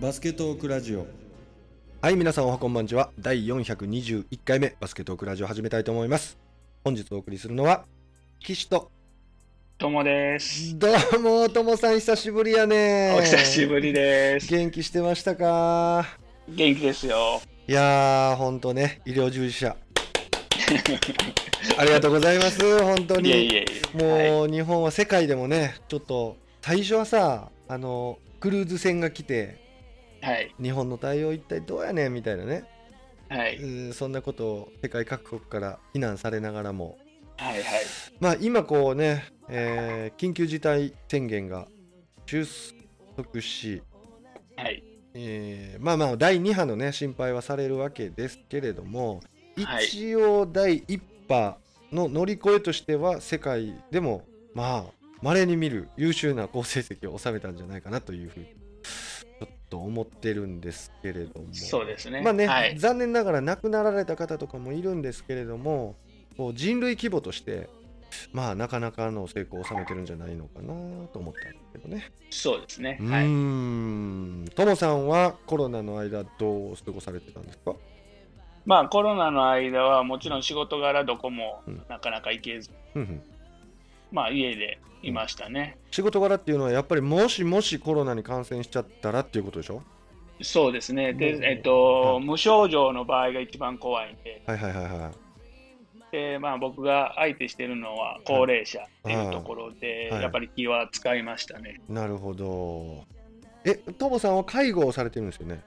バスケトークラジオはい、皆さんおはこんばんちは。第421回目、バスケットオークラジオ始めたいと思います。本日お送りするのは、岸と、ともです。どうも、ともさん久しぶりやね。お久しぶりです。元気してましたか元気ですよ。いやー、ほんとね、医療従事者。ありがとうござい ます、本当いに。えいえいえ。はいもう、日本は世界でもね、ちょっと、最初はさ、あの、クルーズ船が来て、はい日本の対応一体どうやねんみたいなね、はいうんそんなことを世界各国から非難されながらも、はいまあ今こうね、えー緊急事態宣言が収束し、はいえーまあまあ第2波のね心配はされるわけですけれどもはい一応第1波の乗り越えとしては世界でもまあ稀に見る優秀な好成績を収めたんじゃないかなというふうにちょっと思ってるんですけれどもそうですね。まあね、はい残念ながら亡くなられた方とかもいるんですけれども、こう人類規模として、まあなかなかの成功を収めてるんじゃないのかなと思ったんですけどね。そうですね。うはーい。ん、ともさんはコロナの間、どう過ごされてたんですかまあコロナの間はもちろん仕事柄どこもうんなかなか行けず、ふんふんまあ家でいましたね。仕事柄っていうのは、やっぱりもしもしコロナに感染しちゃったらっていうことでしょそうですね。うでん、えっとは、い無症状の場合が一番怖いんで、はいはいはいはい。でまあ僕が相手してるのは高齢者っていうところで、はいやっぱり気は使いましたね。なるほど。え、ともさんは介護をされてるんですよね。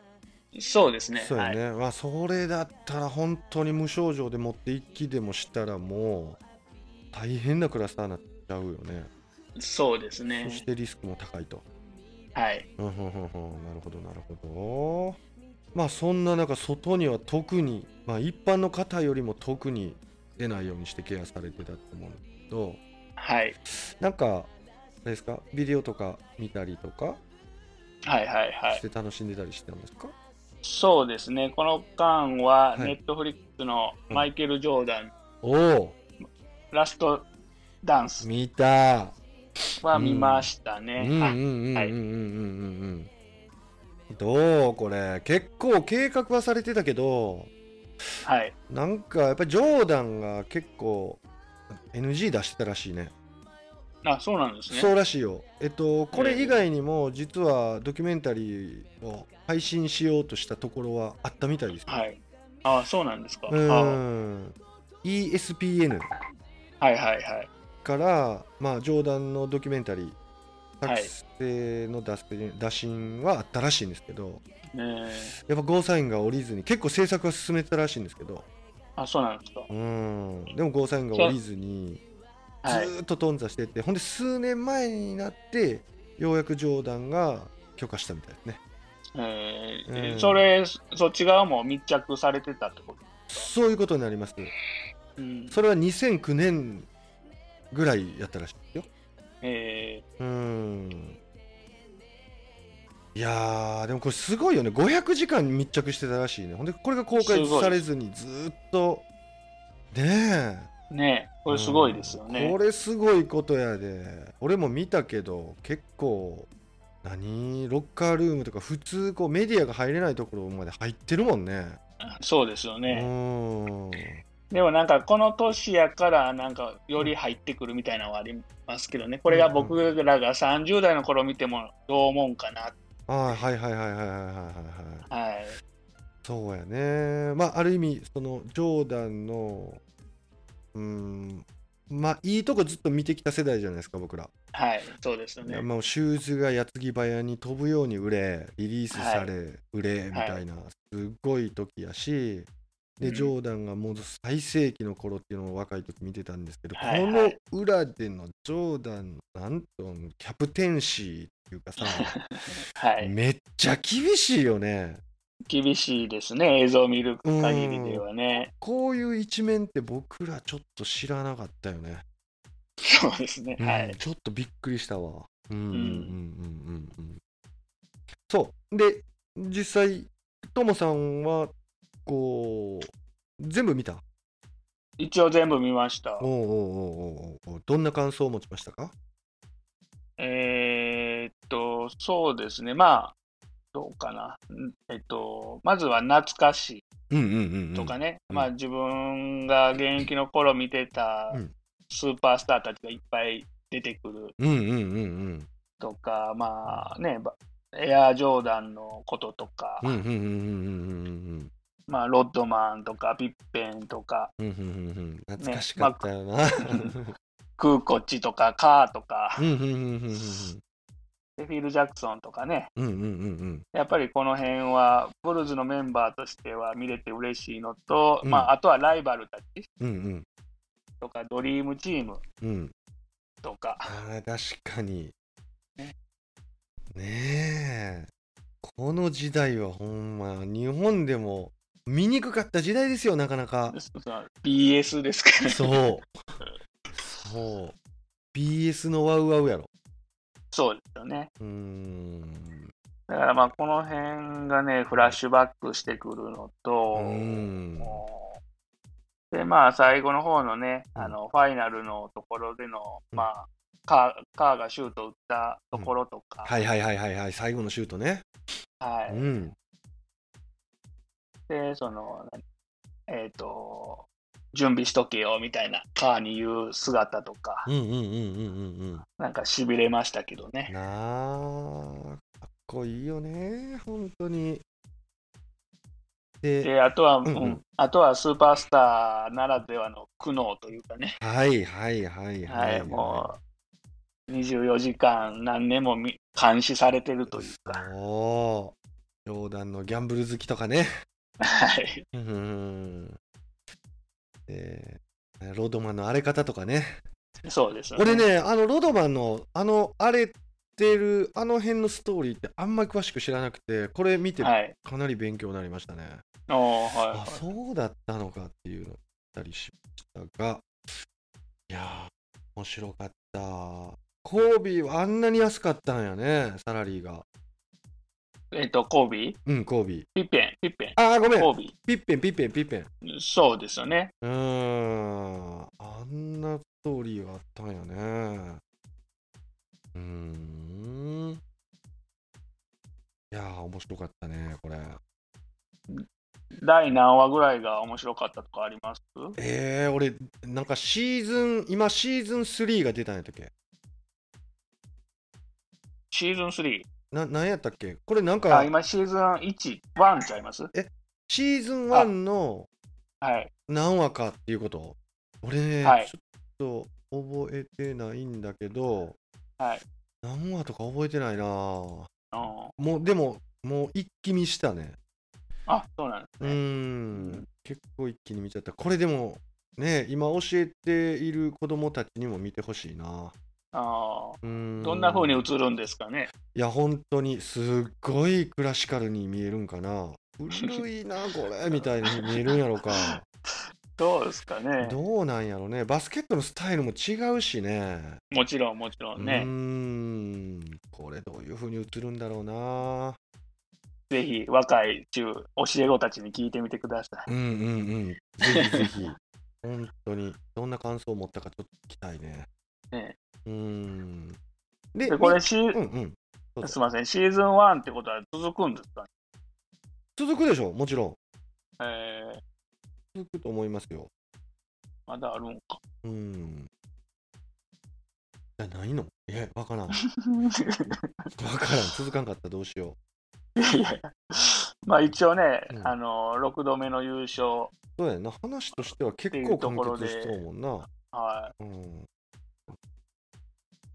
そうですね。そうはやい。ね、まあそれだったら本当に無症状で持って一気でもしたらもう大変なクラスターになっちゃうよね、そうですそねし。てリスクも高いとはい。うんうんうんうんなるほどなるほどまあそんな中外には特に、まあ、一般の方よりも特に出ないようにしてケアされてたと思うんだけどはい。なんかあれですかビデオとか見たりとかはいはいはいし。て楽しんでたりしてたんですか、そうですね、この間は、いネットフリックスのうんマイケル・ジョーダン、おおラストダンス見たは見ましたうんね。うんあうんうんうんうんうんはいうんどうこれ結構計画はされてたけどはい、なんかやっぱりジョーダンが結構 NG 出してたらしいねあそうなんですそね。うらしいよえっとこれ以外にも実はドキュメンタリーを配信しようとしたところはあったみたいですよはい、あそうなんですか。うあん ESPN はいはいはい。から、まあ、ジョーダンのドキュメンタリーはい作成の打線打診はあったらしいんですけど、えーやっぱゴーサインが降りずに結構制作は進めてたらしいんですけどあそうなんですか。うんでもゴーサインが降りずにずはい、ーっと頓挫してって、ほんで数年前になってようやくジョーダンが許可したみたいですねえうーんそれ、そっち側も密着されてたってこと。そういうことになりますうんそれは2009年ぐらいやったらしいですよえうんいやーでもこれすごいよね500時間密着してたらしいねほんでこれが公開すごいされずにずーっとねえーねこれすごいですようんねこ。れすごいことやで俺も見たけど結構何ロッカールームとか普通こうメディアが入れないところまで入ってるもんねそうですようね。んでもなんかこの年やからなんかより入ってくるみたいなのはありますけどね、これが僕らが30代の頃見てもどう思うんかな、あーはいはいはいはいはいはいはいはい、そうやねまあある意味そのジョーダンのうんまあいいとこずっと見てきた世代じゃないですか僕ら、はい、そうですよね。もうシューズが矢継ぎ早に飛ぶように売れリリースされ、売れみたいなすごい時やし、うで、んジョーダンがもう最盛期の頃っていうのを若い時見てたんですけど、はいはいこの裏でのジョーダンのなんとキャプテンシーっていうかさ、 はい、めっちゃ厳しいよね。厳しいですね、映像を見る限りではね。こういう一面って僕らちょっと知らなかったよね。そうですね、はうんい、ちょっとびっくりしたわ。うんうんうんうんんうんうん。そう。で、実際、トモさんは、こう、全部見た。一応全部見ましたお。うおうおうおうおうどんな感想を持ちましたかえーっと、そうですね、まあ、どうかな。うんえっと、まずは懐かしうんうんうんういんとかね、うんまあ自分が現役の頃見てたうんスーパースターたちがいっぱい出てくるうんうんうんとか、まあね、ばエアージョーダンのこととか、うんうんうんうんうんうんまあロッドマンとかピッペン とか、うんうんうんうんうん懐かしかったよな、クーコッチとかカーとかう、んうんうんうんうんでフィール・ジャクソンとかね、うんうんうんやっぱりこの辺はブルーズのメンバーとしては見れて嬉しいのと、うんまああとはライバルたちうんうんうんとかドリームチームうんとか、あー確かにねねえこの時代はほんま日本でも見にくかった時代ですよなかな か BS ですからね。そうそう BS のワウワウやろそうですよね。うーんだからまあこの辺がね、フラッシュバックしてくるのうと、んでまあ最後の方のね、うんあのファイナルのところでの、うんまあカーカーがシュート打ったところとか、はいはいはいはいはい最後のシュートねはういんで、その、何えっ、と、準備しとけよみたいな、カーに言う姿とか、うんうんうんうんうんうんなんかしびれましたけどね。なあかっこいいよね本当にでで、あとは、んうんうんあとはスーパースターならではの苦悩というかね、はいはいはいは、はいいもう、24時間何年もみ監視されてるというか、おー冗談のギャンブル好きとかねはい、うんでロードマンの荒れ方とかねそうですよ俺、ねあのロードマンのあの荒れてるあの辺のストーリーってあんまり詳しく知らなくてこれ見てかはい、なり勉強になりましたね、おーはいあそうだったのかっていうのを言ったりしましたがいやー面白かったコービーはあんなに安かったんやねサラリーがえっ、と、コービーうんコービーピッペン、ピッペああごめン、コんービピッペンピッペンピッペンー、そうですよね。うーんあんなストーリーがあったんやねうーんいやー面白かったねこれ第何話ぐらいが面白かったとかありますえー、俺なんかシーズン今シーズン3が出たんやったっけシーズン3。な何やったっけこれなんあ、か今シーズン1、1ちゃいますシーズン1のはい。何話かっていうこと俺ね、はいちょっと覚えてないんだけどはい。何話とか覚えてないなもうんうでももう一気見したねあ、そうなんですうーね。ん結構一気に見ちゃったこれでもね今教えている子供たちにも見てほしいなあうーーんどんな風にい映るんですかね。や本当にすっごいクラシカルに見えるんかな古いなこ れみたいに見えるんやろかどうですか ね。どうなんやろねバスケットのスタイルも違うしねもちろん、もちろんねうー。んこれどういう風に映るんだろうなぜひ、若い中、教え子たちに聞いてみてください。うんうんうんぜひぜひ本当にどんな感想を持ったかちょっと聞きたいねねうーんでで、これシうんー、うんそうだすみません、シーズン1ってことは続くんですかね。続くでしょもちろんえー、続くと思いますよまだあるんか。うーんいやないのいやわからんわ からん続かんかったどうしよまあ一応ね、うんあの6度目の優う勝、そうやな話としては結ってい構うと完ころで結しそうもんなはうん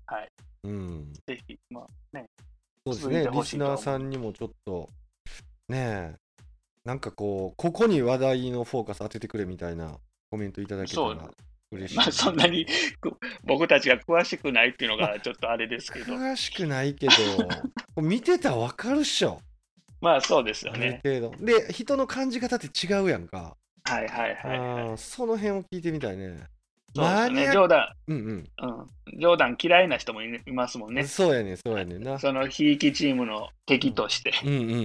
はい。うん。い、ぜひ、まあ、そうです続いね。てリほスしいとはナ思ーうさんにもちょっと、ねえ、なんかこう、ここに話題のフォーカス当ててくれみたいなコメントいただけたそうら嬉しい。まあそんなにく僕たちが詳しくないっていうのがちょっとあれですけ ど、詳しくないけど、 こう見てたらわかるっしょ。まあそうですよあるね。程度。で、人の感じ方って違うやんか。はいはいはい、はい。あーその辺を聞いてみたいね。そうですよマニアね。ッ冗談、うんうん、冗談嫌いな人もいいますもんうん。ね。そうやねんそうやねんな。 そのひいきチームの敵として。うんうんうんう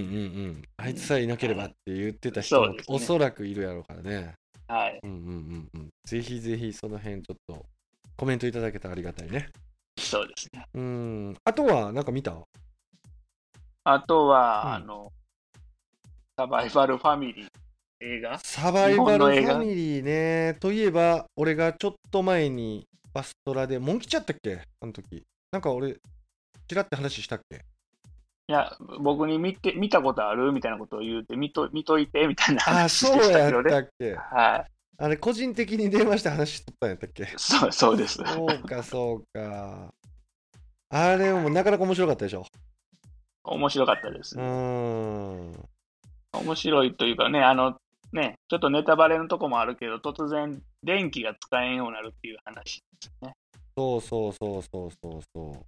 ん。あいつさえいなければって言ってた人そもうですねおそらくいるやろうからね。はい。うんうんうんうん。ぜひぜひその辺ちょっとコメントいただけたらありがたいね。そうですね。うん。あとはなんか見たああとは、うんあの、サバイバルファミリー映画。サバイ日バ本ルフの映画ァミリーね。といえば、俺がちょっと前にバストラで、モンキちゃったっけあの時。なんか俺、ちらって話したっけいや、僕に見て、見たことあるみたいなことを言うて、見と、見といて、みたいなあ、話そでうしたやけどっね。たっけはあれ、個人的に電話して話しとったんやったっけい。そう、そうです。そうか、そうか。あれもなかなか面白かったでし ょ。面白かったですう。ーん。面白いというかね、あの、ね、ちょっとネタバレのとこもあるけど、突然、電気が使えんようになるっていう話。そうそうそうそうそうそう。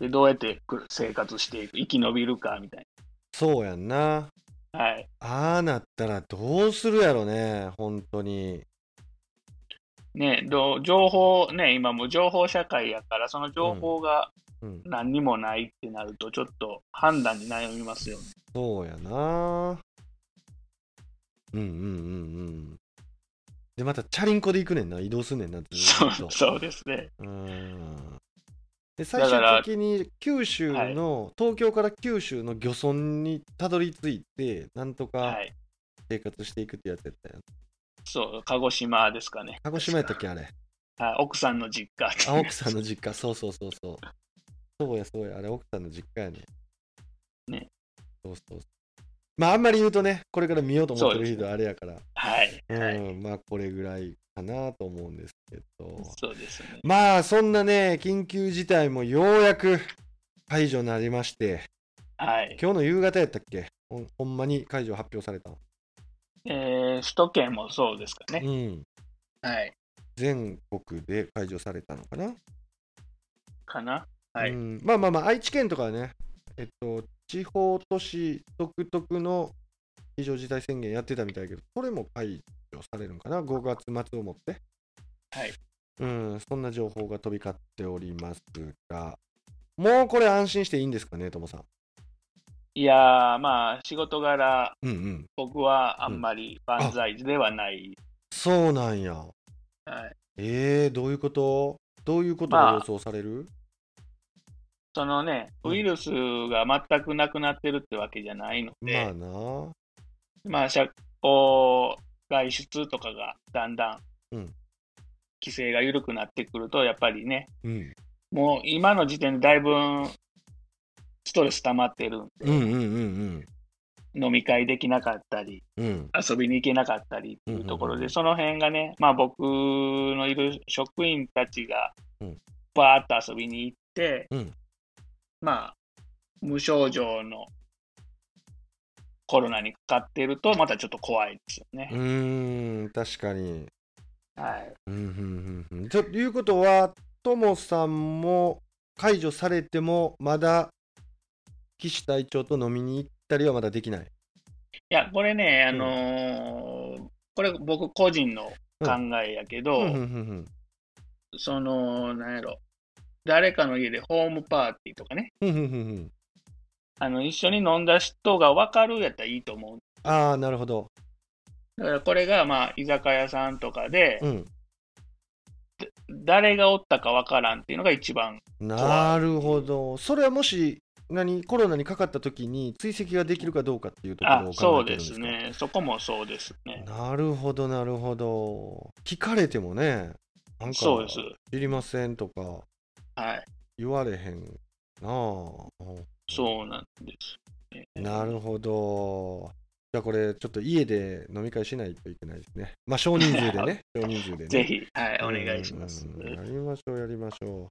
で、どうやってく生活していく、生き延びるか、みたいそうやんな。な。はい。ああなったらどうするやろね、本当に。ね、どう情報、ね、今もう情報社会やから、その情報がうん、何にもないってなると、ちょっと判断に悩みますよね。そうやな。うんうんうんうん。で、またチャリンコで行くねんな、移動すんねんな、ずそーっとうそうですね。うーんで最だから終的に九州の、東京から九州の漁村にたどり着いてなんとはかい。生活していくってやつやったよ、そう、鹿児島ですかね。鹿児島やったっけあれはい、奥さんの実家あ奥さんの実家そうそうそうそうそうやそうやあれ奥さんの実家やねねそうそうそうまああんまり言うとねこれから見ようと思ってる人はあれやからう,、 はい、はい。んまあこれぐらいかなと思うんですけどそうですね。まあそんなね緊急事態もようやく解除になりましてはい。今日の夕方やったっけほんほんまに解除発表されたのえー、首都圏もそうですかね。うんはい。全国で解除されたのかな、かな。はいうん、まあまあまあ愛知県とかはねえっと地方都市独特の非常事態宣言やってたみたいやけどこれも解除されるのかな5月末をもってはいうんそんな情報が飛び交っておりますがもうこれ安心していいんですかねともさんいやー、まあ、仕事柄、うんうん僕はあんまり万歳ではない。そうなんやはい、えー、どういうことどういうことまがあ予想される、そのね、うんウイルスが全くなくなってるってわけじゃないのまであ、なまあ、社交外出とかがだんだんうん規制が緩くなってくると、やっぱりね、うん、もう今の時点でだいぶストレス溜まってるんで、うんうんうん飲み会できなかったり、うんうん遊びに行けなかったりっていうところうんうんうんうで、んその辺がね、まあ僕のいる職員たちがうん、バーッと遊びに行って、うんまあ、無症状のコロナにかかってると、またちょっと怖いですようね。ーん確かにはい。うんうんうんうんということはともさんも解除されてもまだ岸隊長と飲みに行ったりはまだできないいや、これね、あのーこれ僕個人の考えやけうど、んうんうんその、なんやろ、誰かの家でホームパーティーとかね、うんうんうんうんうんあの一緒に飲んだ人が分かるやったらいいと思うああなるほどだからこれがまあ居酒屋さんとかで、うん誰がおったかわからんっていうのが一番なるほどそれはもし何コロナにかかった時に追跡ができるかどうかっていうとこあろをそ考えうてるんでですかすねそこもそうですねなるほどなるほど聞かれてもねなんかそうです知りませんとかはい言われへんなあそうなんです、なるほどじゃあこれちょっと家で飲み会しないといけないですねまあ少人数で ね少人数でねぜひ、はい、お願いしますうんやりましょうやりましょ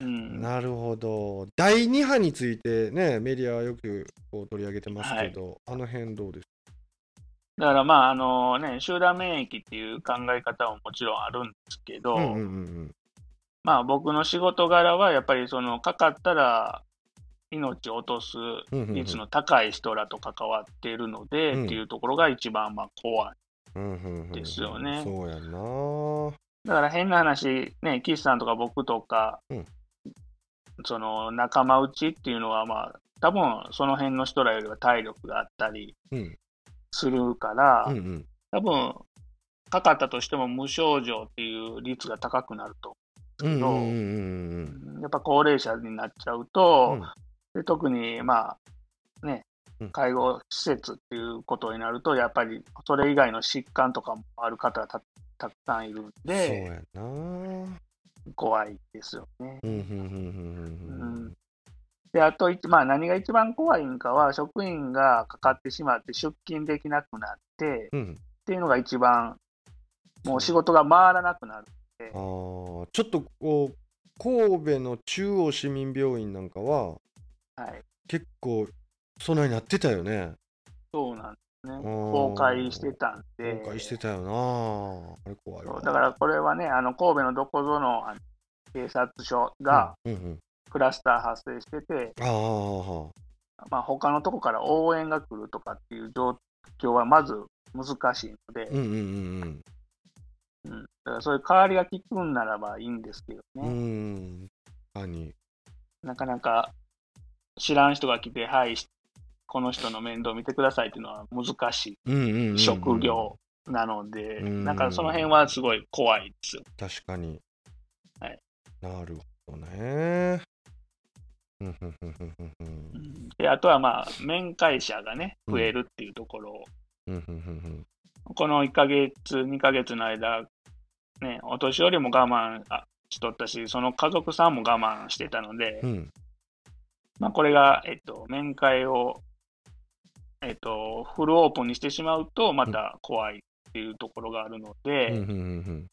うう、んなるほど第2波についてねメディアはよくこう取り上げてますけど、あの辺どうですだからまああのね集団免疫っていう考え方ももちろんあるんですけど、かうんうんうんまあ僕の仕事柄はやっぱりそのかかったら命を落とすうんうんうん率の高い人らと関わっているので、うんっていうところが一番まあ怖いうんうんうんうんですよねそうやなだから変な話、ね、岸さんとか僕とか、うんその仲間内っていうのは、まあ、多分その辺の人らよりは体力があったりうんするから、うんうん多分かかったとしても無症状っていう率が高くなるとうんうんうんやっぱ高齢者になっちゃううんうとん、で特にまあねうん介護施設っていうことになるとやっぱりそれ以外の疾患とかもある方がたたくさんいるんそうでやなうん怖いですよね。うんうんうんであと一、まあ、何が一番怖いんかは職員がかかってしまって出勤できなくなってうんうんっていうのが一番もう仕事が回らなくなる。あーちょっとこう神戸の中央市民病院なんかははい、結構そんなになってたよねそうなんですねおー崩壊してたんで崩壊してたよなあれ怖いそわうだからこれはね、あの神戸のどこぞのあの警察署がうんうんうんクラスター発生してて、ああまあ他のとこから応援が来るとかっていう状況はまず難しいので、うんうんうんうんだからそういう代わりが効くんならばいいんですけどうんうね、ん確かになかなか知らん人が来て、はい、この人の面倒見てくださいっていうのは難しうんうんうんうんい職業なので、うんなんかその辺はすごい怖いですよ。確かに、はいなるほどねうんうんうんうんうんうんうんであとはまあ面会者がね増えるっていうところをうんうんうんこの1ヶ月、2ヶ月の間、ね、お年寄りも我慢あしとったし、その家族さんも我慢してたので、うんうんまあ、これが、えっと、面会を、えっと、フルオープンにしてしまうと、また怖いっていうところがあるので、うんうん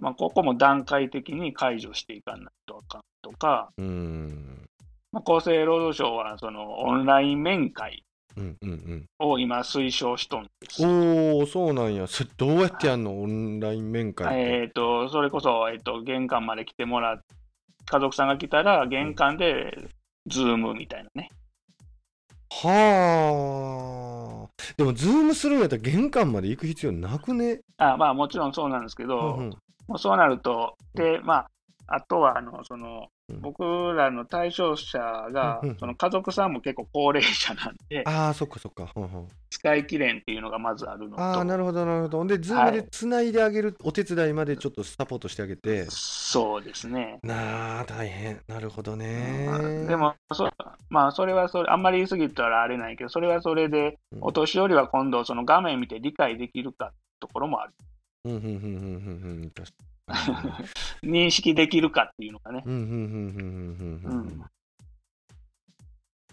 まあ、ここも段階的に解除していかないとあかんとか、うんうんまあ、厚生労働省はそのオンライン面会うんうんを今推奨しとんでう。すんおおそうなんやそれどうやってやんのオンライン面会って、えっ、と、それこそ、えっ、と、玄関まで来てもらっ家族さんが来たら、玄関で、ズームみたいなね。はあでもズームするんやったら玄関まで行く必要なくねあまあ、もちろんそうなんですけうど、んうんもうそうなると、で、まあ、あとは、あの、そのうん、僕らの対象者がうんうん、その家族さんも結構高齢者なんで、ああそっかそっか、うんうん使い切れんっていうのがまずあるのああなと、るほどなるほどほんでズームでつないであげる、お手伝いまでちょっとサポートしてあげてそうですね。なあ大変なるほどね、うんでもそ、まあ、それはそれ、あんまり言い過ぎたらあれないけど、それはそれで、うんお年寄りは今度、その画面見て理解できるかってところもある。うんうんうん うんうんうん確か認識できるかっていうのがね。にうんうんうんうんうんうんうんうん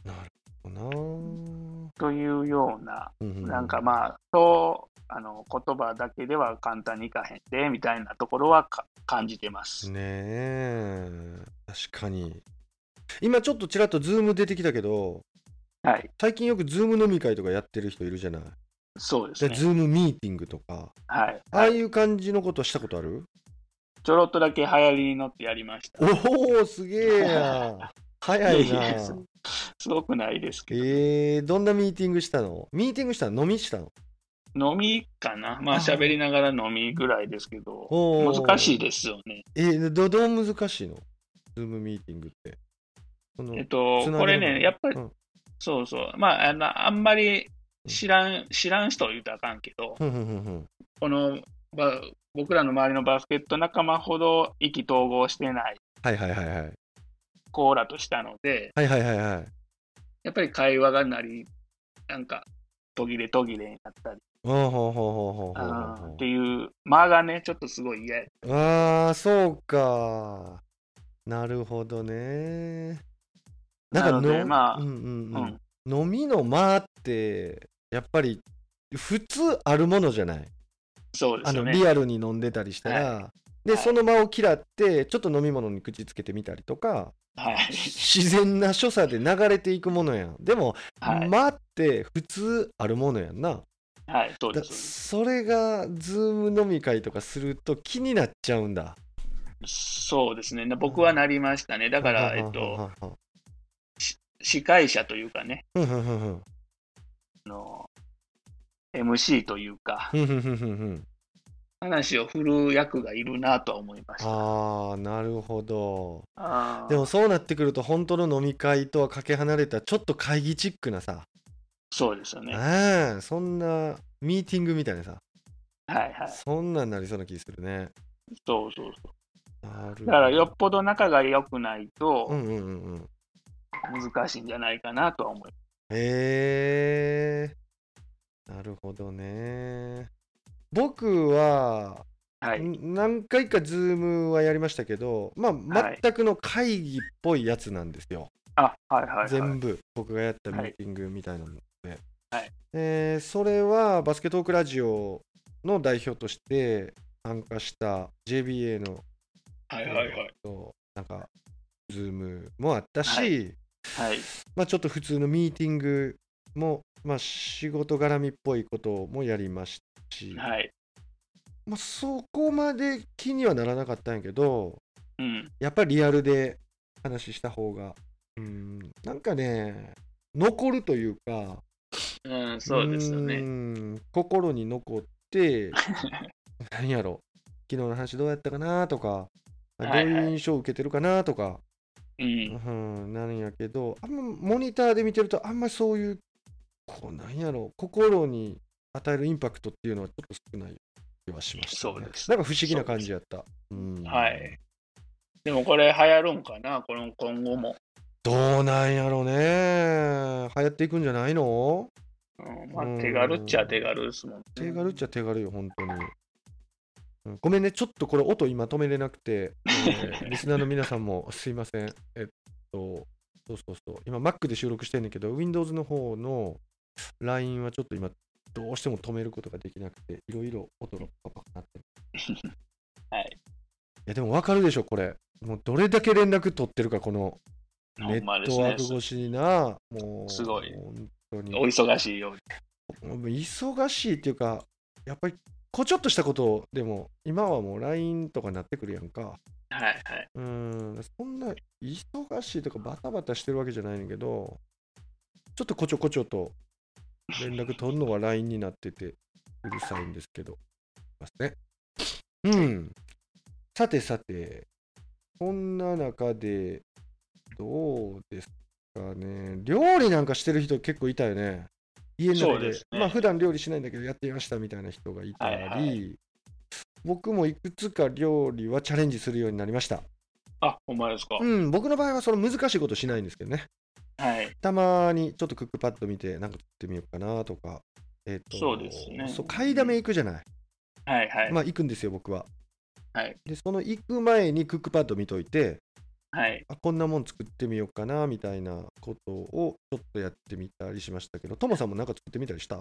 なるほどなあというような、ううなんかまあ、そうあの言葉だけでは簡単にいかへんで、みたいなところはか感じてます。ねえ確かに今ちょっとちらっとズーム出てきたけどはい、最近よくズーム飲み会とかやってる人いるじゃないそうですでね。ズームミーティングとかはい、ああいう感じのことしたことあるちょろっとだけ流行りに乗ってやりました。おおすげえや 早いいやいなやそうすごくないですけど、えー、どんなミーティングしたのミーティングしたの飲みしたの飲みかな、まああ喋りながら飲みぐらいですけど、おー難しいですよね。えー、どどう難しいのズームミーティングって。そのえっと、これね、やっぱり、うんそうそう、まああの、あんまり知らん、知らん人を言うとあかんけど、ふんふんふんふんこのば僕らの周りのバスケット仲間ほど意気投合してないはいはいはいはい。コーラとしたので、はいはいはいはい。やっぱり会話がなり、なんか途切れ途切れになったりほうほうほうほうほうほうあーほっうていう間がね、ちょっとすごい嫌やああ、そうか。なるほどね。なのでのまあうんうんううんん、飲みの間って、やっぱり普通あるものじゃない。そうであすよのね。リアルに飲んでたりしたら、で、はいその間を嫌ってちょっと飲み物に口つけてみたりとかはい。自然な所作で流れていくものやんでも、はい。間って普通あるものやんなはい、そうでだす。それがズーム飲み会とかすると気になっちゃうんだそうですね。僕はなりましたね。だだから、えっと、司会者というかね、ふんふんふんふんあの MC というか、ふんふんふんふんふん話を振る役がいるなとは思いました。あーなるほどあーでもそうなってくると本当の飲み会とはかけ離れたちょっと会議チックなさ、そうですよね。はいうんそんなミーティングみたいなさはい。そんなんなりそうな気するね。そうそうそう。なるほどだからよっぽど仲が良くないうんとうんうんうん。難しいんじゃないかなとは思います。へえ、なるほどね。僕は、はい。ん何回かズームはやりましたけど、まあはい、全くの会議っぽいやつなんですよ。あ、はいはい、はい。全部、僕がやったミはいーティングみたいなので。はいえーそれは、バスケトークラジオの代表として参加した JBA の、はいえーとなんか、ズームもあったし、ははい。まあ、ちょっと普通のミーティングも、まあ、仕事絡みっぽいこともやりましたし、はい。まあ、そこまで気にはならなかったんやけど、うん。やっぱりリアルで話した方が、うん、なんかね、残るというか、うん、そうですようね。ん心に残 って、何やろ、昨日の話どうやったかなとか、どうはいいはいう印象を受けてるかなとか、うん。うん、なんやけど、あんまモニターで見てると、あんまそういう、こうなんやろう、心に与えるインパクトっていうのはちょっと少ない気はしました、ね。そうですなんか不思議な感じやった。うんはい。でもこれ流行るんかなこの今後も。どうなんやろうね。流行っていくんじゃないのうん、まあうん手軽っちゃ手軽ですもんね。手軽っちゃ手軽よ、本当に。うんごめんね、ちょっとこれ音今止めれなくて、 えーリスナーの皆さんもすいません。えっと、そうそうそう、今 Mac で収録してるんだけど、Windows の方の LINE はちょっと今、どうしても止めることができなくて、いろいろ音がパパパなってる。 はい。いや、でも分かるでしょ、これ。もうどれだけ連絡取ってるか、このネほんまッですトねワーク越しにな、もう、すごい本当に。お忙しいようもに。う忙しいっていうか、やっぱり、こうちょっとしたことでも、今はもう LINE とかなってくるやんか。はいはい。うーん、そんな忙しいとかバタバタしてるわけじゃないねんだけど、ちょっとこちょこちょと連絡取るのは LINE になってて、うるさいんですけど、ますね。うん。さてさて、そんな中で、どうですかね。料理なんかしてる人結構いたよね。家のそ中うで、ですねまあ普段料理しないんだけどやってみましたみたいな人がいたり、はいは僕もいくつか料理はチャレンジするようになりました。あ、ほんまですか。うん、僕の場合はその難しいことしないんですけどね。はい。たまにちょっとクックパッド見て、なんか作ってみようかなとか。えーとそうですねそう買いだめ行くじゃない。はいはい。まあ行くんですよ、僕は。はいで、その行く前にクックパッド見といて、はい。あこんなもん作ってみようかなみたいなことをちょっとやってみたりしましたけど、トモさんもなんか作ってみたりした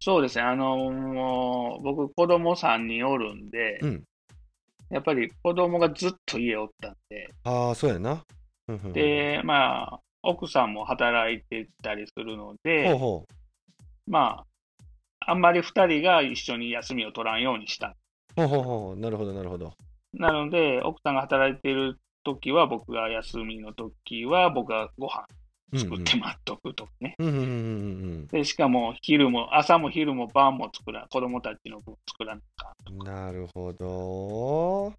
そうですね。あのもう僕、子供さんにおるんで、うんやっぱり子供がずっと家おったんで、ああ、そうやな。うんうんうん、で、まあ、奥さんも働いてたりするのほうで、ほまあ、あんまり2人が一緒に休みを取らんようにした。う。ほうほうほう。なるほど、なるほど。なので、奥さんが働いてる時は、僕が休みの時は、僕がご飯うん作って待っとくとかね。うんうんうんうんで、しかも、昼も、朝も昼も晩も作らん、子供たちの分作らんか んうとん。か。なるほど。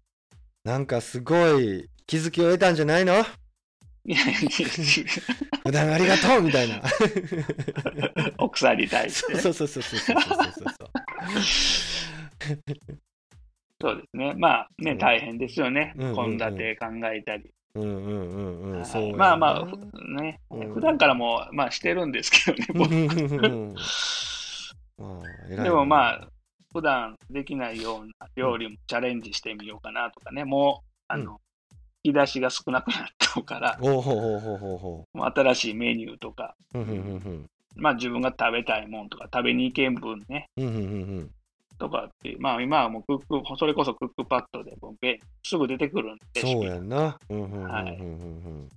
なんかすごい気づきを得たんじゃない のいやいや普段ありがとうみたい な。奥さんに対しそてうね。そうそうそうそうそうそうそう。そうですね。まあね、大変ですよね。うんうんうん献立考えたり。うんうんうんうん。はいそうやなまあまあ、ふね、うん普段からも、まあしてるんですけどね、うんう 僕んうんう んああ偉いなでもまあ、普段できないような料理もチャレンジしてみようかなとかね、もう、あの、引き出しが少なくなったから、おうほうほうほうほうほもう新しいメニューとか、う。うんうんうんまあ自分が食べたいもんとか、食べに行けん分ね、うん。うんうんうんうん。とかっていう、まあ今はもうクック、それこそクックパッドでもうべすぐ出てくるんで、そうやんな。うんうんうんうんうんはいうん。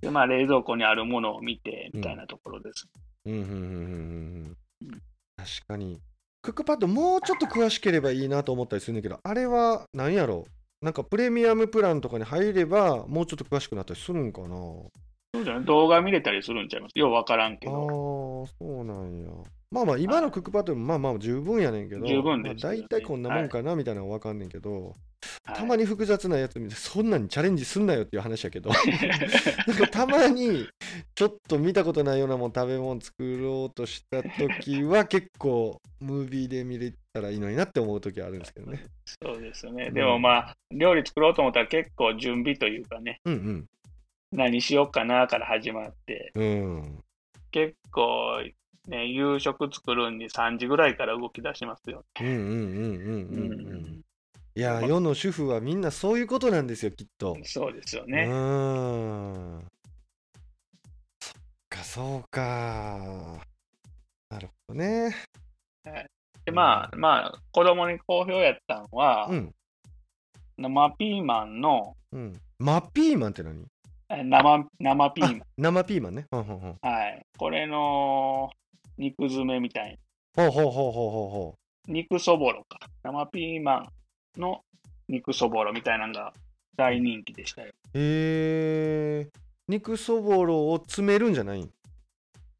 でまあ冷蔵庫にあるものを見て、みたいなところです。うんうんうんうんうんううんん確かにクックパッドもうちょっと詳しければいいなと思ったりするんだけどあれは何やろなんかプレミアムプランとかに入ればもうちょっと詳しくなったりするんかなそうじゃない動画見れたりするんちゃいますようわからんけああど。ーそうなんやまあまあ今のクックパッドもまあまあ十分やねんけど十分ですまよあ、ね大体こんなもんかなみたいなのは分かんねんけど、はいたまに複雑なやつ見てそんなにチャレンジすんなよっていう話やけどなんかたまにちょっと見たことないようなもん食べ物作ろうとした時は結構ムービーで見れたらいいのになって思う時はあるんですけどねそうですね。うんでもまあ、料理作ろうと思ったら結構準備というかね、うん何しようかなから始まって、うんうん結構、ね、夕食作るんに3時ぐらいから動き出しますよ。うんうんうんうんうんうんううんんいや世の主婦はみんなそういうことなんですよきっとそうですようね。ーん。そっか、そうか。なるほどね。で、まあ、まあ、子供に好評やったのは、うん。生ピーマンの、うん。マピーマンって何え生生ピーマ ン。生ピーマンね。ほうほうほう。はい。これの肉詰めみたいな。ほうほうほうほうほうほ肉そぼろか。生ピーマンの肉そぼろみたいなのが大人気でしたよ。う。へえ。肉そぼろを詰めるんじゃないん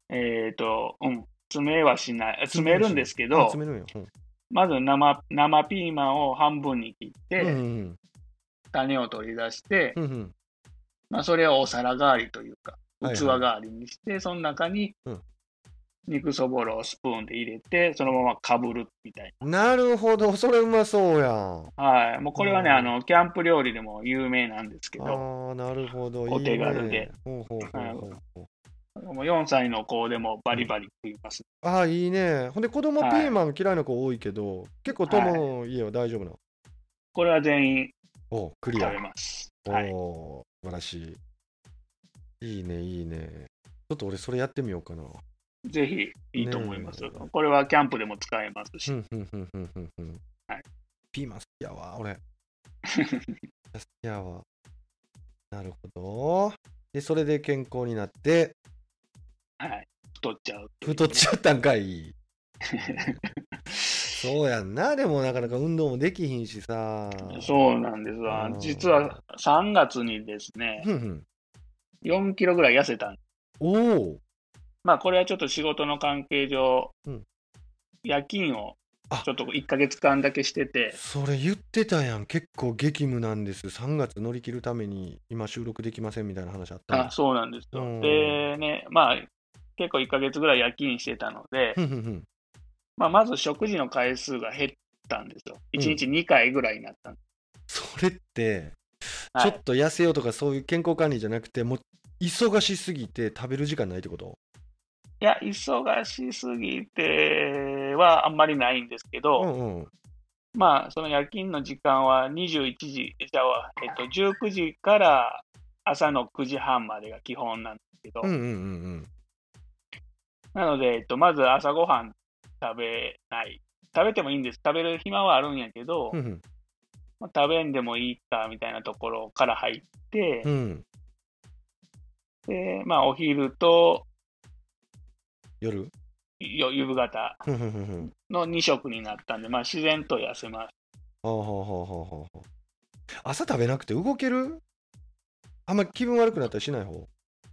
えっ、と、うん。詰めはしない。あ詰めるんですけあど、詰めるんや。うんまず生生ピーマンを半分に切って、うん種を取り出して、うんうん。うんまあ、それをお皿代わりというか、はいはい器代わりにして、その中にうん肉そぼろをスプーンで入れて、そのままかぶるみたいうん。なるほど。それうまそうやん。な。はい。もうこれはね、うんあの、キャンプ料理でも有名なんですけああど、ー、なるほど。お手い軽でいね。ほうほうほうほうほう。もう4歳の子でもバリバリ食います。ああ、いいね。ほんで、子供ピーマン嫌いな子多いけど、結構友の家は大丈夫なの。これは全員おうク食リア。べます。おはい。おー素晴らしい。いいね、いいね。ちょっと俺、それやってみようかな。ぜひ、いいと思いますね。えこれはキャンプでも使えますうし。ん、うん、うん、うん、うんうんはい。ピーマン好きやわ、俺。好きやわ。なるほど。で、それで健康になって、はい。太っちゃうというね太っちゃったんかい。 そうやんな、でもなかなか運動もできひんしさ。そうなんですわうん。実は3月にですね、うんうん。 4キロぐらい痩せたんです。おお。まあ、これはちょっと仕事の関係上、うん夜勤をあちょっと1ヶ月間だけしてて、それ言ってたやん結構激務なんです3月乗り切るために今収録できませんみたいな話あったあそうなんですよ。うんでね、まあ、結構1ヶ月ぐらい夜勤してたので、ふんふんふんまあ、まず食事の回数が減ったんですよ。うん1日2回ぐらいになったんでそれってす。ちはょいっと痩せようとかそういう健康管理じゃなくてもう忙しすぎて食べる時間ないってこといや、忙しすぎてはあんまりないんですけど、うんうんまあ、その夜勤の時間は21時、じゃあ、えっと、19時から朝の9時半までが基本なんですけど、うんうんうんなので、えっと、まず朝ごはん食べない。食べてもいいんです。食べる暇はあるんやけど、うんうんまあ食べんでもいいかみたいなところから入って、うんで、まあ、お昼と夜よ夕方ふんふんふんふんの2食になったんで、まあ、自然と痩せます。はあはあはあはあはあ朝食べなくて動けるあんま気分悪くなったりしない方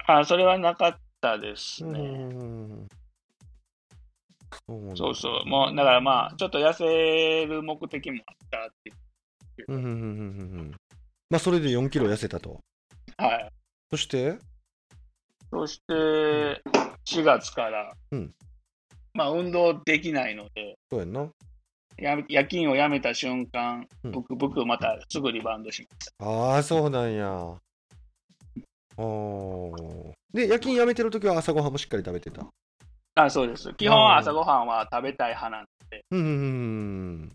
あ、それはなかったですうね。んうんそうそう。もう、だからまあ、ちょっと痩せる目的もあったっていう。うんうんうんうんうんうんまあそれで4キロ痩せたと。はい。そして、そして、4月から、うんまあ、運動できないので、そうやんな。やめ夜勤を辞めた瞬間、うんブクブクまたすぐリバウンドしました。ああ、そうなんや。おーで、夜勤やめてるときは朝ごはんもしっかり食べてた。あ、そうです。基本は朝ごはんは食べたい派なんでうんうんうんうん。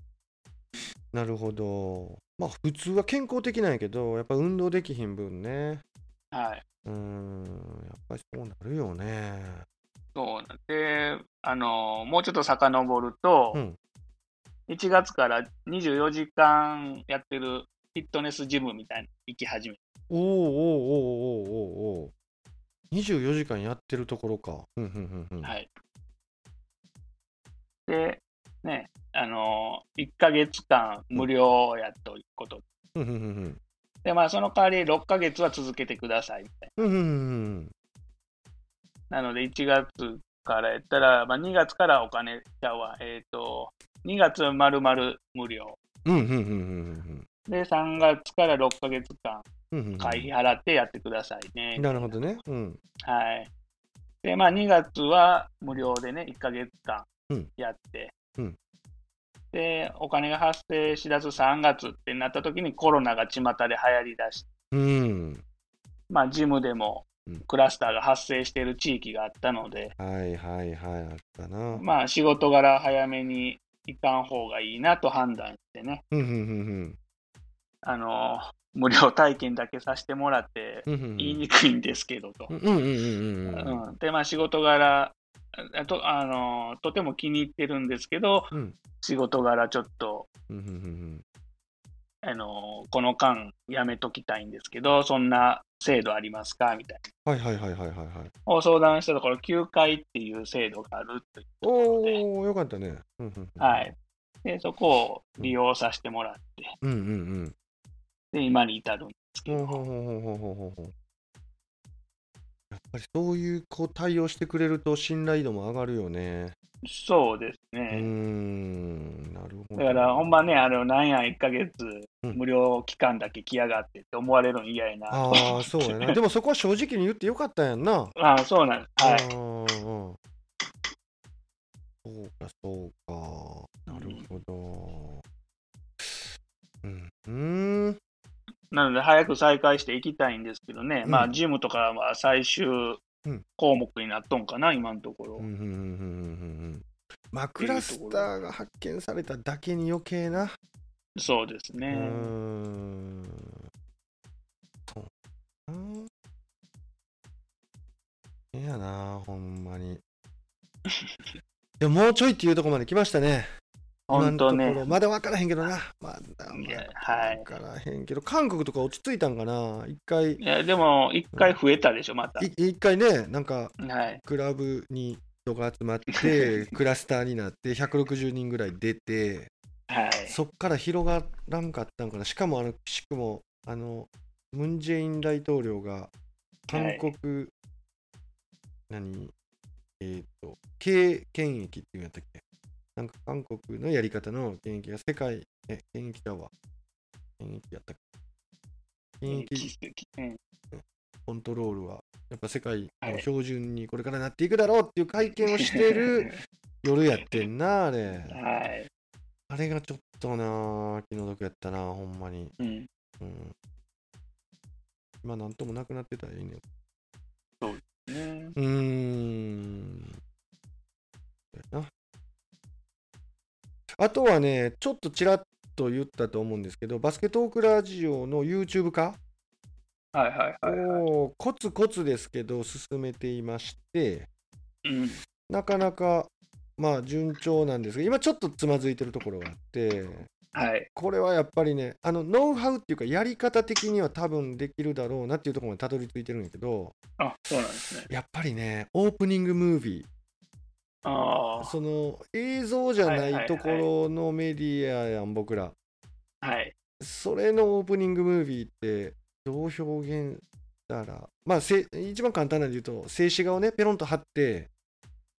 なるほど。まあ普通は健康的なんやけど、やっぱ運動できひん分ね。はい。うーん、やっぱりそうなるよね。そうなんで、あの、もうちょっと遡ると、うん1月から24時間やってるフィットネスジムみたいなの行き始めて、おーおーおーおーおーおー。24時間やってるところか。うんうんうんうん。はい。で、ね、あの、1ヶ月間無料やということで、うんうんうんうん。まあ、その代わり6ヶ月は続けてくださいみたいな。うんうんうんうん。なので、1月からやったら、まあ、2月からお金ちゃうわ。えっ、と、2月まるまる無料。うんうんうんうんで、3月から6ヶ月間、うんうんうん会費払ってやってくださいね。なるほどねうんはい。で、まあ、2月は無料でね、1ヶ月間うんやって、うんで、お金が発生しだす3月ってなった時にコロナが巷で流行りだし、うんまあ、ジムでもうんクラスターが発生している地域があったので、はいはいはいあったなまあ、仕事柄早めに行かん方がいいなと判断してね、うんうんうんあの、無料体験だけさせてもらって、うんうんうん言いにくいんですけどと。うんうんうんうんうんうん、でまあ仕事柄あとあのとても気に入ってるんですけどうん仕事柄ちょっとうんうんうんあのこの間やめときたいんですけどそんな制度ありますかみたいはいはいはいはいはいはいなを相談したところ休会っていう制度があるというところで,、おおよかったねうんうんうんはい、でそこを利用させてもらってうんうんで今に至るんですけうんほうど、ほうほうほうほうほうほうほうやっぱりそういうこう対応してくれると信頼度も上がるよねそうですうねー、んなるほどだからほんまねあれをなんや1ヶ月うん無料期間だけ来やがってって思われるの嫌やなとああそうや なでもそこは正直に言ってよかったやんなああそうなんです、はい、うんうんうんそうか、そうか。なるほど。うん。うん。なので、早く再開していきたいんですけどね、うんまあ、ジムとかは最終ん項目になっとんかな、今のところ。うんうんうんうんうんうんまあ、クていうところラスターが発見されただけに余計な。そうですうーね。ん。そうかな。ええやな、ほんまに。 でももうちょいっていうとこまで来ましたね。本当今のねとこ。ろまだ分からへんけどな。まだいまやだはい分からへんけど、韓国とか落ち着いたんかな。一回い、やでも、一回増えたでしょ、またい。一回ね、なんかはい。クラブに人が集まって、 クラスターになって、160人ぐらい出て、はい。そっから広がらんかったんかな。しかも、あの、しくも、あの、ムン・ジェイン大統領が、韓国、何えっ、と、経権益っていうんやったっけなんか韓国のやり方の権益が世界、え、権益だわ。権益やったっけ権益奇跡うんコントロールは、やっぱ世界はのい標準にこれからなっていくだろうっていう会見をしてる夜やってんな、あれ。はい。あれがちょっとな、気の毒やったな、ほんまに。うん。うん。今、なんともなくなってたらいいね。ねうーん。そうやなあとはね、ちょっとちらっと言ったと思うんですけど、バスケトークラジオの YouTube 化はいはいはいはをコツコツですけど進めていまして、い。うん。なかなか、まあ、順調なんですが、今ちょっとつまずいてるところがあって、はい。これはやっぱりね、あのノウハウっていうか、やり方的には多分できるだろうなっていうところまでたどり着いてるんやけど、あ、そうなんですね。やっぱりね、オープニングムービー、あその映像じゃはいはいなはいいところのメディアやん僕らあ。はい。それのオープニングムービーってどう表現したらまあせ一番簡単なんで言うと静止画をねペロンと貼って、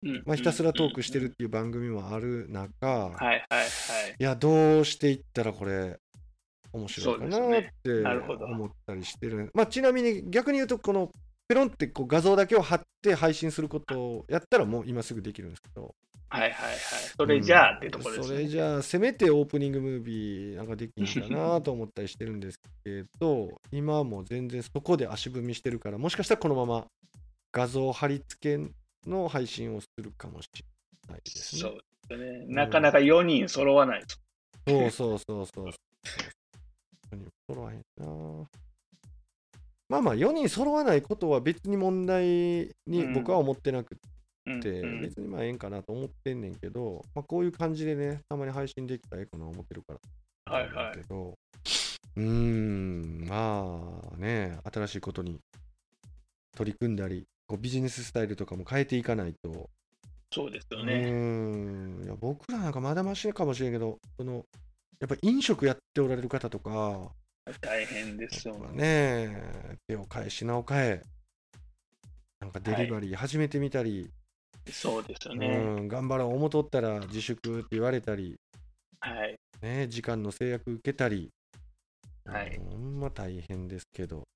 うんまあ、ひたすらトークしてる。っていう番組もある中、うんはいはいはい。いやどうしていったらこれ面白いかなそうっでてなるほど思ったりしてるまあ、ちなみに逆に言うとこのペロンってこう画像だけを貼って配信することをやったらもう今すぐできるんですけどはいはいはい。それじゃあってところろですそれね。じゃあせめてオープニングムービーなんかできんかなと思ったりしてるんですけど今はもう全然そこで足踏みしてるからもしかしたらこのまま画像貼り付けの配信をするかもしれないですねそうですね。なかなか4人揃わないですそうそうそうそうそう。本当に揃わへんな。まあまあ、4人揃わないことは別に問題にうん僕は思ってなくうんて、うん別にまあええんかなと思ってんねんけど、まあこういう感じでね、たまに配信できたらええかな思ってるから。はいはいけど、うーん、まあね、新しいことに取り組んだり、こうビジネススタイルとかも変えていかないと、そうですようーね。んいや僕らなんかまだましかもしれんけどそのやっぱ飲食やっておられる方とか大変ですよね。ね手を変え品を変えななんかデリバリー始めてみたり、そうですよね。うん、頑張ろう思うとったら自粛って言われたり、はい。ね、時間の制約受けたり、はいほんま大変ですけど。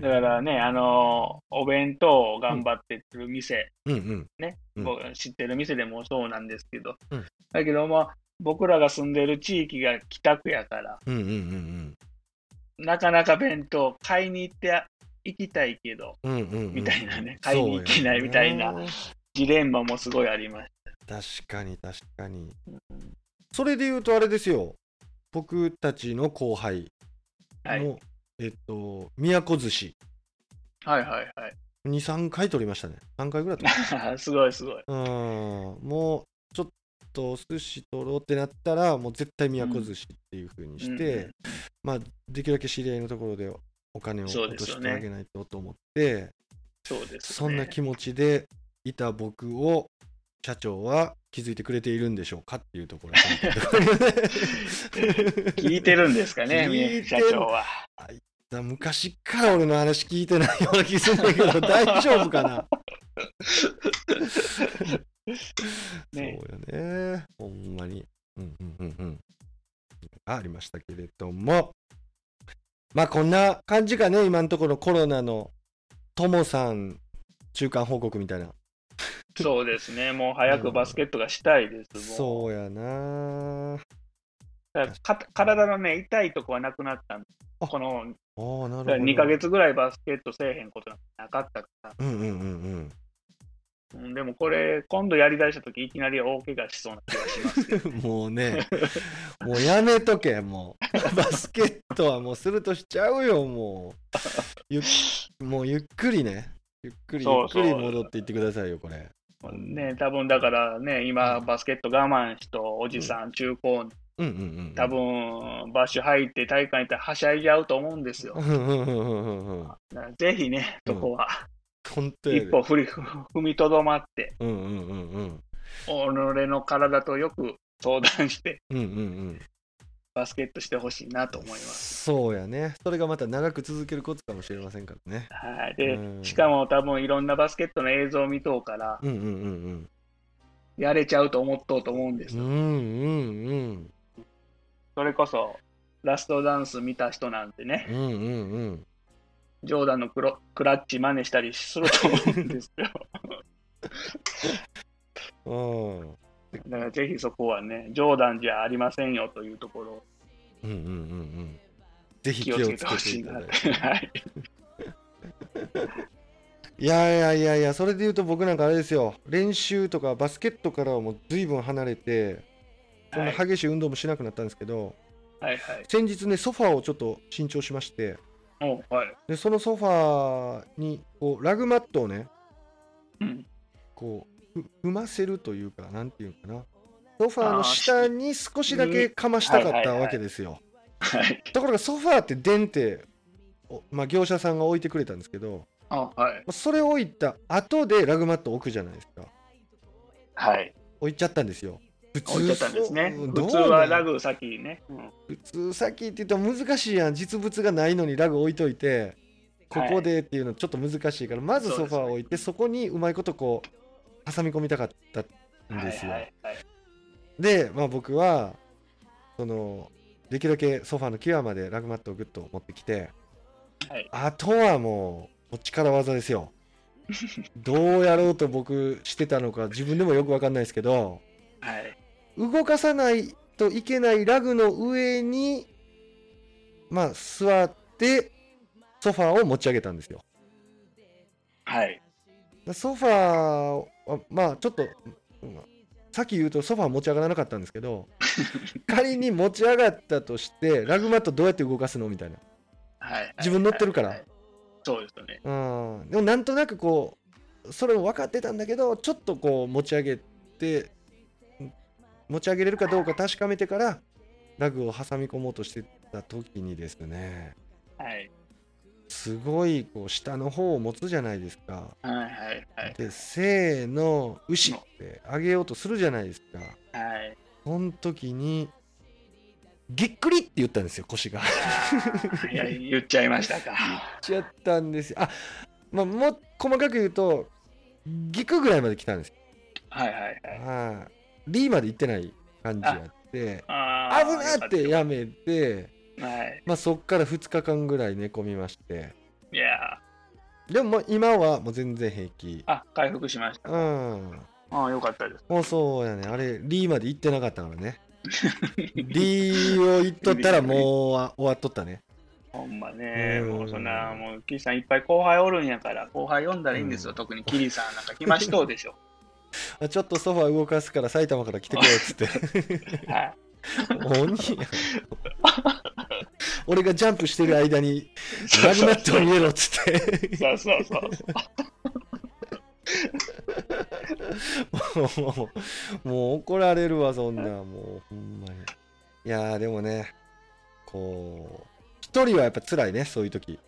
だだから、ね、あの、お弁当を頑張ってる店、うんうん、うん僕知ってる店でもそうなんですけど、うんだけど、まあ、僕らが住んでる地域が北区やから、うんうんうんなかなか弁当買いに行って行きたいけど、うん。うんうんうんみたいなね買いに行けないみたいなそうよねジレンマもすごいありまし確かに確かに。た。それで言うとあれですよ。僕たちの後輩はい、の、えっと、都寿司。はいはいはい。 2、3回取りましたね。3回ぐらい取りました。すごい すごい。うん。もう、ちょっとお寿司取ろうってなったら、もう絶対都寿司っていう風にして、うんうんまあ、できるだけ知り合いのところでお金をそう落でとすよしてねあげないとと思って、そうです、ね。そんな気持ちでいた僕を社長は気づいてくれているんでしょうかっていうところ聞 いてるんですかね、聞いてる宮城社長は。昔っから俺の話聞いてないような気するんだけど大丈夫かな ねそうよねほんまにうんうんうんうんありましたけれどもまあこんな感じかね今のところコロナのともさん中間報告みたいなそうですね、もう早くバスケットがしたいです。もうそうやなだからか体のね、痛いとこはなくなったんですあこのあーなるほど2ヶ月ぐらいバスケットせえへんことなんてなかったから。うんうんうんうんうんでもこれ、今度やりだしたとき、いきなり大怪我しそうな気がします けど。もうね、もうやめとけ、もう。バ スケットはもうするとしちゃうよ、もう。ゆっもうゆっくりね、ゆっくりゆそっうそくうり戻っていってくださいよ、これ。ね、多分だからね、今、バスケット我慢しと、おじさん、中高年、うんうんうん。多。分バッシュ入って、体育館行ったらはしゃいじゃうと思うんですよ。うんうんうんうんうんうん。だからぜひね、うんそこは本当や一で歩振り踏みとどまって、うんうんうんうん。己の体とよく相談して、うんうんうん。バスケットしてほしいなと思います。そうやね。それがまた長く続けることかもしれませんからね。はい、でうんしかも多分いろんなバスケットの映像を見とうから、うんうんうんうん。やれちゃうと思っとうと思うんですうよ、んうんうん。それこそ、ラストダンス見た人なんてね、うんうんうん。ジョーダンのクロクラッチ真似したりすると思うんです よ。うん。だからぜひそこはね、冗談じゃありませんよというところをうんうんうんうん。ぜひ気気ををつけつけててほしいいたなだっいてて。はいいやいやいやいや、それで言うと僕なんかあれですよ、練習とかバスケットからはもう随分離れて、そんな激しい運動もしなくなったんですけど、はいはい。先日ね、ソファーをちょっと新調しまして、おうはい。でそのソファーにこうラグマットをね、うん。こうふ踏ませるというか、なんていうのかな、ソファーの下に少しだけかましたかはっいはたいはいわけですよ。はい。ところがソファーってデンって、おまあ、業者さんが置いてくれたんですけど、あはい。まあそれを置いた後でラグマットを置くじゃないですか。はい。置いちゃったんですよ。普置いちゃったんですね。そう普通どうなはんラグ先ね。うん普通さっきって言ったら難しいやん。実物がないのにラグ置いといて、ここでっていうのちょっと難しいから、まずソファーを置いて、そこにうまいことこう、挟み込みたかったんはでいはすよ。いはい。で、まあ僕は、その、できるだけソファーの際までラグマットをグッと持ってきて、はいあとはもう、お力技ですよ。どうやろうと僕してたのか、自分でもよくわかんないですけど、はい。動かさないといけないラグの上に、まあ、座って、ソファーを持ち上げたんですよ。はい。ソファーを、あまあ、ちょっと、うんさっき言うとソファー持ち上がらなかったんですけど、仮に持ち上がったとして、ラグマットどうやって動かすのみたいな。はい。自分乗ってるからはい。そうですよね。うん、でもなんとなくこうそれも分かってたんだけどちょっとこう持ち上げてん持ち上げれるかどうか確かめてからラグを挟み込もうとしてた時にですねはい。すごいこう下の方を持つじゃないですか。はいはいはい。でせーの「牛」って上げようとするじゃないですか。はい。その時に「ぎっくり!」って言 ったんですよ腰が。あーいや言っちゃいましたか。言っちゃったんですよ。あまあ、もう細かく言うとギクぐらいまで来たんですよはいはいはい。はいリーまで行ってない感じやってあ危なーってやめてはい。まあそっから2日間ぐらい寝込みましていやでももう今はもう全然平気ーあ、回復しました。うあんあ、よかったです。もうそうやねあれリーまで行ってなかったから ねリーを行っとったらもうあ終わっとったねほんまね、うんもうそんな、もう、キリさんいっぱい後輩おるんやから、後輩読んだらいいんですよ。うん特にキリさんなんか暇しそう でしょ。あちょっとソファー動かすから埼玉から来てくれっつ ってはい。鬼や俺がジャンプしてる間になくなっても見えろっつってそうそうそうそう。 もうもう怒られるわそんなもうほんまにいやーでもねこう一人はやっぱ辛いねそういう時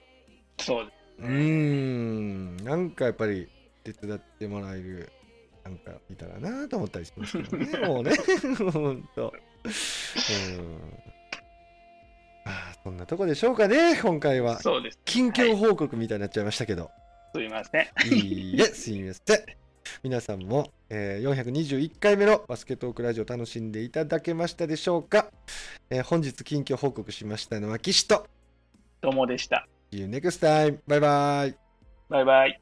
そうでうーんなんかやっぱり手伝ってもらえるなんかいたらなと思ったりしますけど ねもうねほんとうんあーそんなとこでしょうかね今回はす。そうです。近況報告みたいになっちゃいましたけど、すいません。い、いえすいません皆さんも、えー421回目のバスケットークラジオ楽しんでいただけましたでしょうか、えー本日近況報告しましたのは岸とどうもでした。 See you next time バイバイバイバイ。